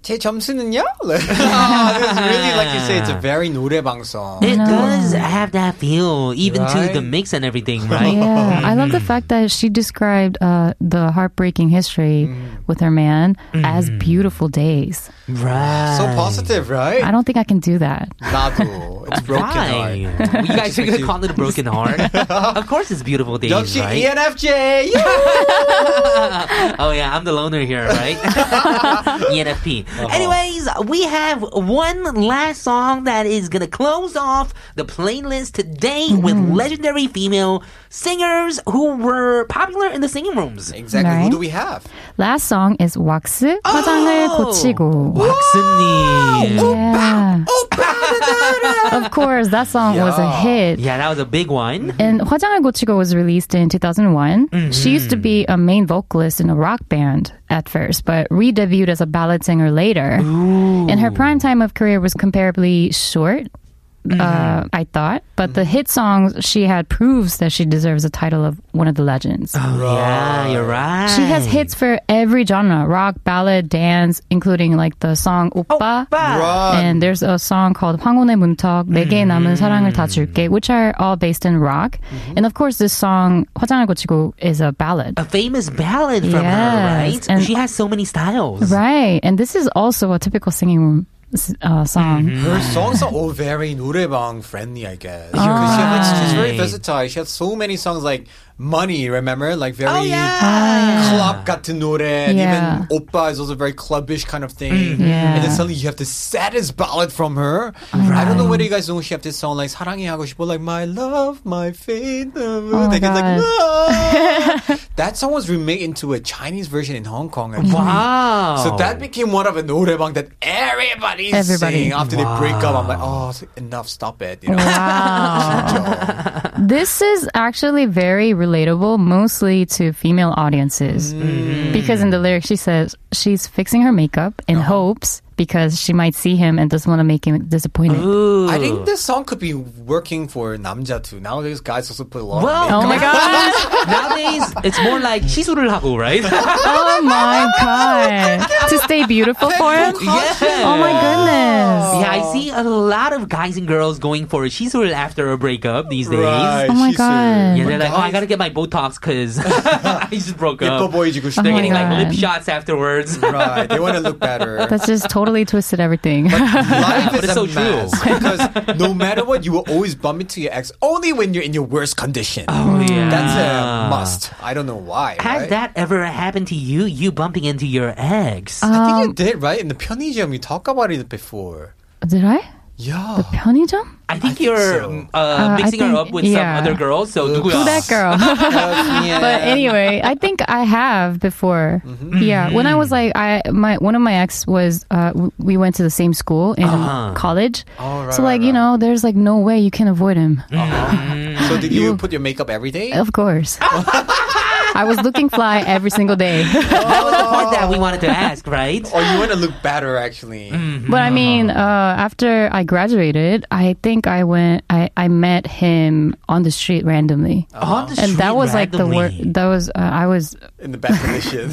제 점수는요? *laughs* Ah, this is really like you say, it's a very 노래방 song. It does have that feel, even to the Oh, Right? mix *laughs* and everything, right? Yeah, I love the fact that she described uh, the heartbreaking history with her man as beautiful days. Right. So positive, right? I don't think I can do that. 나도. It's broken *laughs* Why? heart. you guys are gonna you- call it a *laughs* broken heart? of course, it's beautiful days, 역시 E right? ENFJ! Oh yeah, I'm the loner here, *laughs* right? *laughs* ENFP. Uh-huh. Anyways, we have one last song that is gonna close off the playlist today Mm-hmm. with legendary female singers who were popular in the singing rooms. Exactly. Who Right. do we have? Last song is 왁스 화장을 Oh! 고치고. Waxini. Yeah. *laughs* of course, that song was a hit. Yeah, that was a big one. Mm-hmm. And 화장을 고치고 was released in 2001. She used to be a main vocalist in a rock band at first, but re-debuted as a ballad singer later. And her prime time of career was comparably short. Uh, I thought, but the hit songs she had proves that she deserves the title of one of the legends. Yeah, you're right. She has hits for every genre rock, ballad, dance, including like the song Oppa. And there's a song called 황혼의 문턱, 내게 남은 사랑을 다 줄게, which are all based in rock. And of course, this song, 화장을 고치고, is a ballad. A famous ballad from her, Yes, right? and- she has so many styles. Right. And this is also a typical singing room s- uh, song. Her songs are all very 노래방 friendly, I guess. Because she had- she's very versatile. She had so many songs like Money, remember? Like very Oh yeah. club 같은 노래. And Yeah. even Oppa is also very clubbish kind of thing. Yeah. And then suddenly you have the saddest ballad from her. I don't know whether you guys know she have this song like 사랑해 하고 싶어 like my love, my fate. Oh my like, it's like God. "Ah." that song was remade into a Chinese version in Hong Kong. I think. Wow. So that became one of the 노래방 that everybody Everybody. sing after they break up. I'm like, oh, enough, stop it. You know? *laughs* This is actually very relatable, mostly to female audiences. Because in the lyrics, she says she's fixing her makeup in hopes because she might see him and doesn't want to make him disappointed. I think this song could be working for 남자 too. Nowadays, guys also put a lot Well, of Oh my *laughs* god! Nowadays, it's more like 시술을 하고, right? *laughs* Oh my god! to stay beautiful for him? yeah. Oh my goodness! Yeah, I see a lot of guys and girls going for shisul after a breakup these days. Right, Oh my she said. Yeah, god! they're like, oh, I gotta get my Botox because *laughs* I just broke 예뻐 up. 보이지고 싶어. They're getting God. like lip shots *laughs* afterwards. *laughs* Right, they want to look better. That's just totally twisted everything. Life is a it's so true. mess because no matter what, you will always bump into your ex only when you're in your worst condition. Oh, yeah. That's a must. I don't know why. Has right? that ever happened to you? You bumping into your ex? Uh, I think you did right in the 편의점. You talked about it before. *laughs* Did I? Yeah. 편의점? I think you're so. uh, I mixing her think- up with yeah. some other girls. So 누구야? Who that girl? *laughs* *laughs* but anyway, I think I have before. Yeah, when I was like, I my one of my ex was uh, w- we went to the same school in Uh-huh. college. Oh, right, so right, like you right. know, there's like no way you can avoid him. So did you put your makeup every day? Of course. I was looking fly every single day. That was the part that we wanted to ask, *laughs* right? Or you want to look better actually? Mm. but I mean, uh, after I graduated, I think I went, I, I met him on the street randomly. On the and street that was like the worst. randomly. That was, uh, *laughs* I was, In the best *laughs* condition.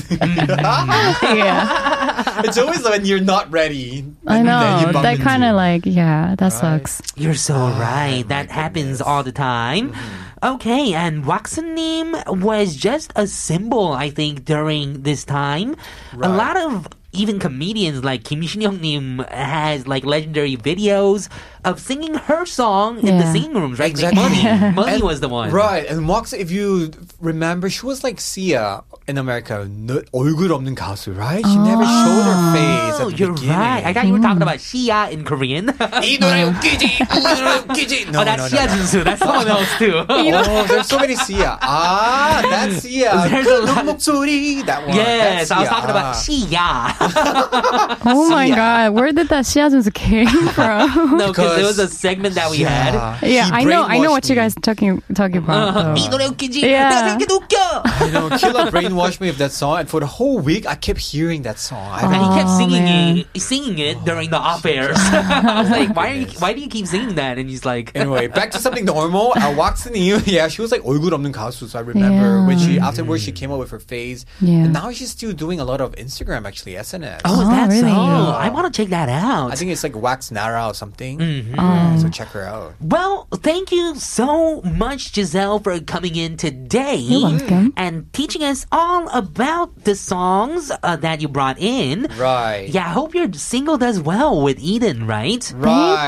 Mm. yeah. it's always when you're not ready. I and then you know. bump That into kind it. of like, yeah, that sucks. You're so Ah, right. That happens all the time. Mm-hmm. Okay, and Waxanim was just a symbol, I think, during this time. A lot of even comedians like Kim Shin-young-nim has like legendary videos of singing her song in the Yeah. singing rooms, right? Exactly. *laughs* *laughs* Money, money And- was the one. Right, and Mox, if you remember, she was like Sia in America, no, 얼굴 없는 가수, right? She never showed her face at Oh, the you're beginning. right. I thought you were talking about Shia in *laughs* Korean. oh, 이 노래 웃기지, 이 노래 *laughs* 웃기지. No, no, that's no, Shia no. Jinsu. That's someone else too. Oh, there's so many Sia. Ah, *laughs* that's Sia. There's a lot. 큰 목소리, that one. yes, that's I was Sia. talking about Shia. Oh my God. Where did that shiazums *laughs* came from? no, because there was a Because- segment that we had. yeah, yeah, He I know, I know what brainwashed you me. Uh-huh. guys talking, talking about. 이 though. 노래 웃기지? 내가 Yeah. 생각해도 웃겨! You *laughs* know, Killa brainwashed me of that song, and for the whole week, I kept hearing that song. I And don't he kept Oh, singing man. it, singing it during the Oh, off airs. *laughs* I was like, why, are you, why do you keep singing that? And he's like, Anyway, back to something normal. Uh, Waxini, *laughs* yeah, she was like 얼굴 없는 가수. So I remember when she afterwards she came up with her face. Mm-hmm. Yeah. And now she's still doing a lot of Instagram actually, SNS. oh, Oh, that's really? all. I want to check that out. I think it's like Wax Nara or something. Mm-hmm. Um, So check her out. Well, thank you so much, Giselle, for coming in today. You're welcome. And teaching us all about the songs uh, that you brought in. Right. Yeah, I hope your single does well with Eden, right? Right. Oh,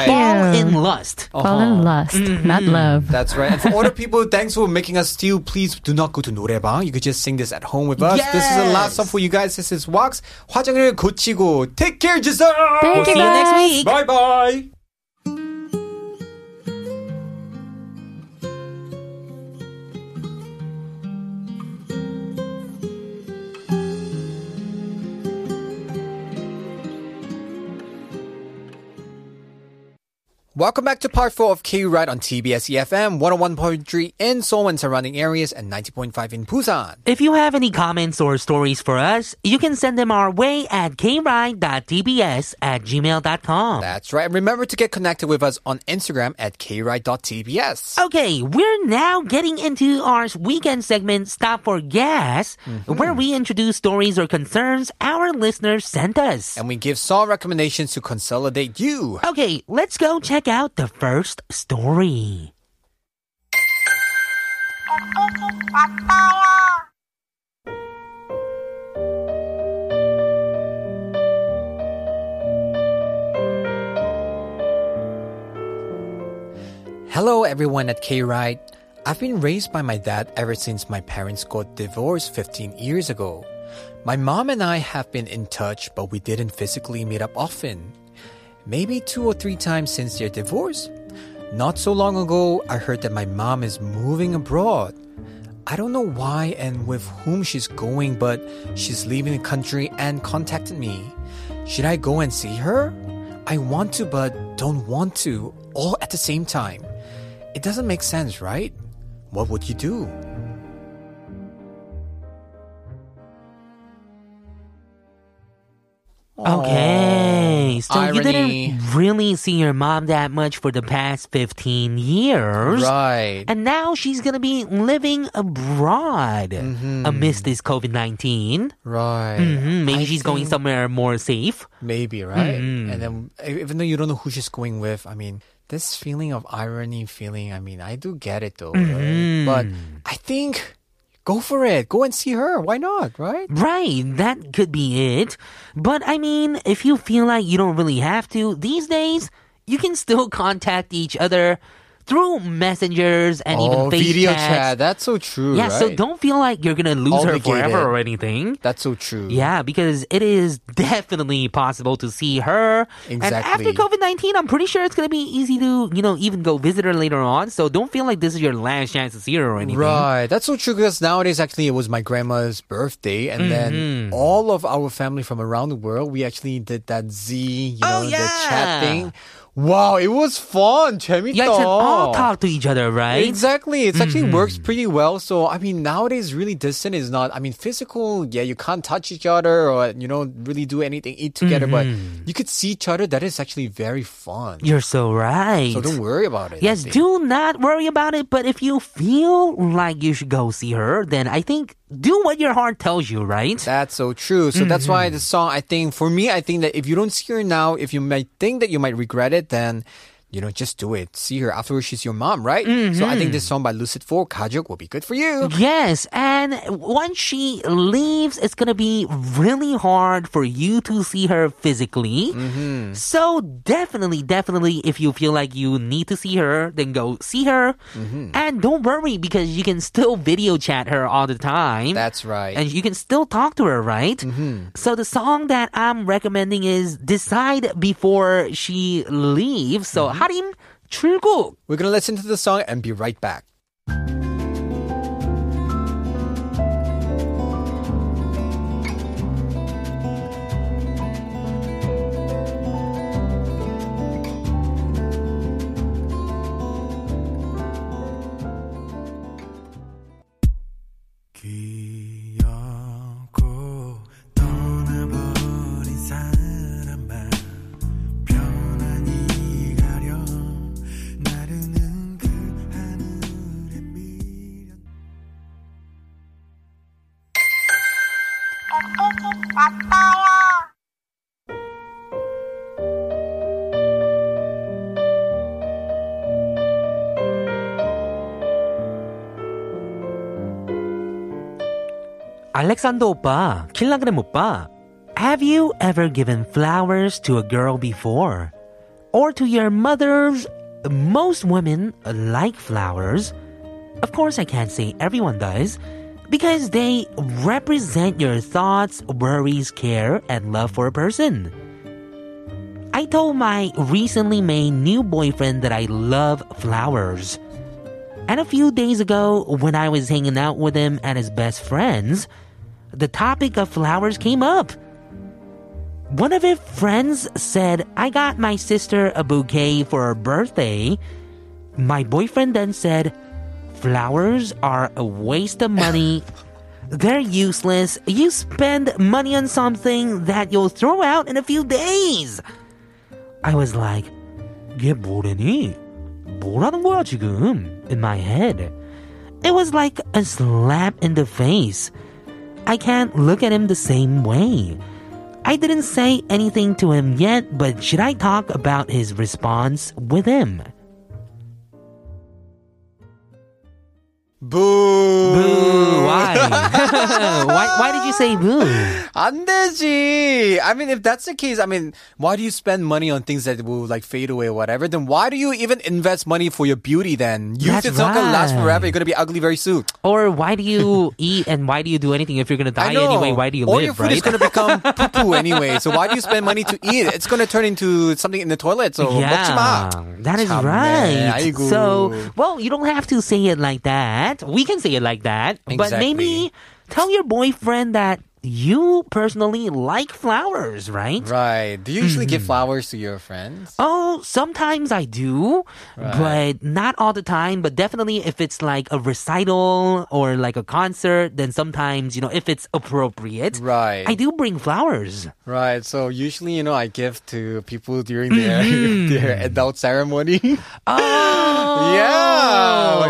you. Fall Yeah. in Lust. Fall in lust, not Mm-hmm. love. That's right. And for all the people, thanks for making us still. Please do not go to 노래방. You could just sing this at home with us. This is the last Yes. song for you guys. This is Wax. 화장을 고치고. Take care, Giselle. Thank We'll see you next week. Bye bye. Welcome back to part 4 of K Ride on TBS EFM 101.3 in Seoul and surrounding areas and 90.5 in Busan. If you have any comments or stories for us, you can send them our way at kride.dbs at gmail.com. That's right. Remember to get connected with us on Instagram at Oh, kride.tbs. Okay, we're now getting into our weekend segment, Stop for Gas, Mm-hmm. where we introduce stories or concerns our listeners sent us. And we give song recommendations to consolidate you. Okay, let's go check out the first story. Hello, everyone at K Ride. I've been raised by my dad ever since my parents got divorced 15 years ago. My mom and I have been in touch, but we didn't physically meet up often. Maybe two or three times since their divorce. Not so long ago, I heard that my mom is moving abroad. I don't know why and with whom she's going, but she's leaving the country and contacted me. Should I go and see her? I want to, but don't want to, all at the same time. It doesn't make sense, right? What would you do? Okay, so you Oh, irony. didn't really see your mom that much for the past 15 years. Right. And now she's going to be living abroad Mm-hmm. amidst this COVID 19. Right. hmm Maybe she's going somewhere Mm-hmm. more safe. Maybe, right? And then, e- even though you don't know who she's going with, I mean, this feeling of irony, feeling, I mean, I do get it though, Mm-hmm. right? But I think go for it. Go and see her. Why not, right? Right, that could be it. But I mean, if *laughs* you feel like you don't really have to, these days, you can still contact each other through messengers and even oh, face video chats. chat. That's so true. Yeah, so right? don't feel like you're gonna lose her Obligated. forever or anything. That's so true. Yeah, because it is *laughs* definitely possible to see her. And after Exactly. COVID 19, I'm pretty sure it's going to be easy to, you know, even go visit her later on. So don't feel like this is your last chance to see her or anything. Right. That's so true because nowadays, actually, it was my grandma's birthday, and Mm-hmm. then all of our family from around the world, we actually did that Z, you know, Oh, yeah. the chat thing. Wow, it was fun. 재밌다. You guys can all talk to each other, right? Mm-hmm. Exactly. It actually works pretty well. So, I mean, nowadays, really distant is not, I mean, physical, yeah, you can't touch each other or, you know, really do anything, eat together, but you could see each other. That is actually very fun. Mm-hmm. You're so right. so don't worry about it. I Yes, think. do not worry about it. But if you feel like you should go see her, then I think do what your heart tells you, right? That's so true. So that's why Mm-hmm. the song, I think, for me, I think that if you don't see her now, if you might think that you might regret it, then, you know, just do it. See her afterwards. She's your mom, right? So I think this Mm-hmm. song by Lucid 4, Kajok, will be good for you. Yes, and once she leaves, it's gonna be really hard for you to see her physically. Mm-hmm. So definitely, definitely, if you feel like you need to see her, then go see her. Mm-hmm. And don't worry because you can still video chat her all the time. That's right. Mm-hmm. and you can still talk to her, right? So the song that I'm recommending is "Decide Before She Leaves." So Mm-hmm. 하림 출국. We're going to listen to the song and be right back. 기억고 떠나버린 사람만 편안히 가려 나르는 그 하늘의 미련 알렉산더 오빠, 킬라그램 오빠, have you ever given flowers to a girl before? Or to your mother's? Most women like flowers. Of course, I can't say everyone does, because they represent your thoughts, worries, care, and love for a person. I told my recently made new boyfriend that I love flowers. And a few days ago, when I was hanging out with him and his best friends, the topic of flowers came up. One of his friends said, I got my sister a bouquet for her birthday. My boyfriend then said, Flowers are a waste of money. They're useless. You spend money on something that you'll throw out in a few days. I was like, 이게 뭐래니? 뭐라는 거야 지금? In my head. It was like a slap in the face. I can't look at him the same way. I didn't say anything to him yet, but should I talk about his response with him? Boo! Boo! *laughs* Why? why? Why did you say boo? 안 되지. I mean, if that's the case, I mean, why do you spend money on things that will like fade away or whatever? Then why do you even invest money for your beauty then? Youth That's it's not gonna last right. forever. You're gonna be ugly very soon. Or why do you eat and why do you do anything if you're gonna die I know. anyway? Why do you All live? your food right? is gonna *laughs* become poo poo anyway. So why do you spend money to eat? It's gonna turn into something in the toilet. So 먹지 마. That is 참네. right. 아이고. So, well, you don't have to say it like that. We can say it like that. But Exactly. maybe tell your boyfriend that you personally like flowers, right? Right. Do you usually Mm-hmm. give flowers to your friends? Oh, sometimes I do, but not all the time. But definitely, if it's like a recital or like a concert, then sometimes, you know, if it's appropriate, Right. I do bring flowers. Right. So usually, you know, I give to people *laughs* during their their adult ceremony. Mm-hmm. Oh, Yeah.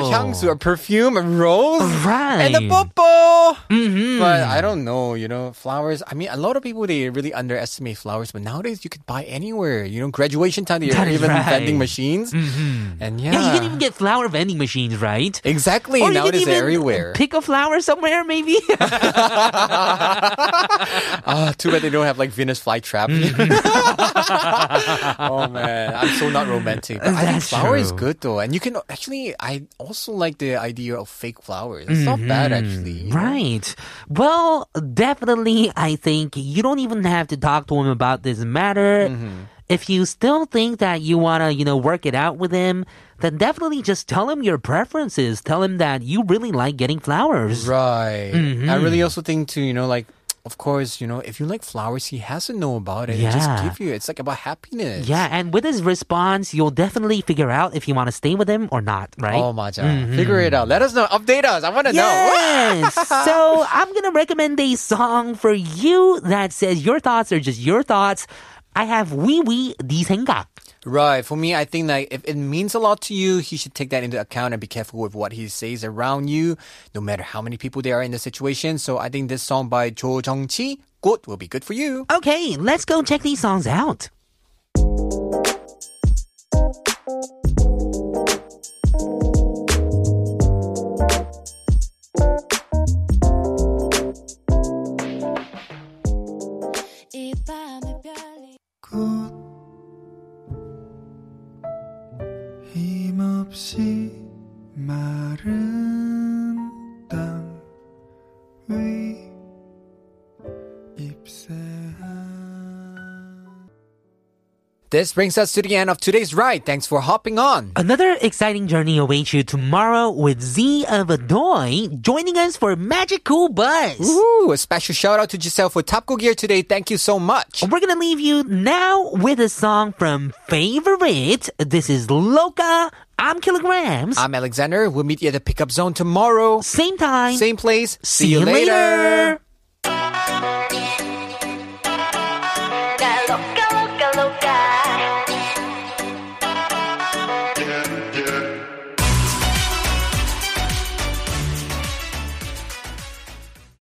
향수, a perfume, a rose, Right. Mm-hmm. and a popo. But I don't know, you know, flowers. I mean, a lot of people they really underestimate flowers, but nowadays you could buy anywhere. You know, graduation time, they That are is even right. Mm-hmm. vending machines, and yeah, Yeah, you can even get flower vending machines, right? exactly. Or you can nowadays even everywhere. pick a flower somewhere, maybe. *laughs* Ah, too bad they don't have like Venus flytrap. Mm-hmm. *laughs* *laughs* oh man, I'm so not romantic. But I think That's flower is true. good though, and you can actually. I also like the idea of fake flowers. It's not bad actually. you know? Mm-hmm. Right. Well, definitely, I think you don't even have to talk to him about this matter. Mm-hmm. If you still think that you want to, you know, work it out with him, then definitely just tell him your preferences. Tell him that you really like getting flowers. Right. Mm-hmm. I really also think too, you know, like of course, you know, if you like flowers, he has to know about it. and just Yeah. give you. It's like about happiness. Yeah, and with his response, you'll definitely figure out if you want to stay with him or not, right? Mm-hmm. Oh my god. Figure it out. Let us know. Update us. I wanna know. *laughs* Yes. so I'm gonna recommend a song for you that says your thoughts are just your thoughts. I have Wee Wee Di Sengak. Right. For me, I think that if it means a lot to you, he should take that into account and be careful with what he says around you, no matter how many people there are in the situation. So I think this song by Jo Jong Chi, Good, will be good for you. Okay, let's go check these songs out. 이 밤의 별이 꽃 힘없이 마른 땅 위 잎새한 This brings us to the end of today's ride. Thanks for hopping on. Another exciting journey awaits you tomorrow with Z of Adoy joining us for Magic Cool Buzz. Ooh, a special shout out to Giselle for Top Go Gear today. Thank you so much. We're gonna leave you now with a song from Favorite. This is Loca. I'm Kilograms. I'm Alexander. We'll meet you at the pickup zone tomorrow. Same time. Same place. See, you later.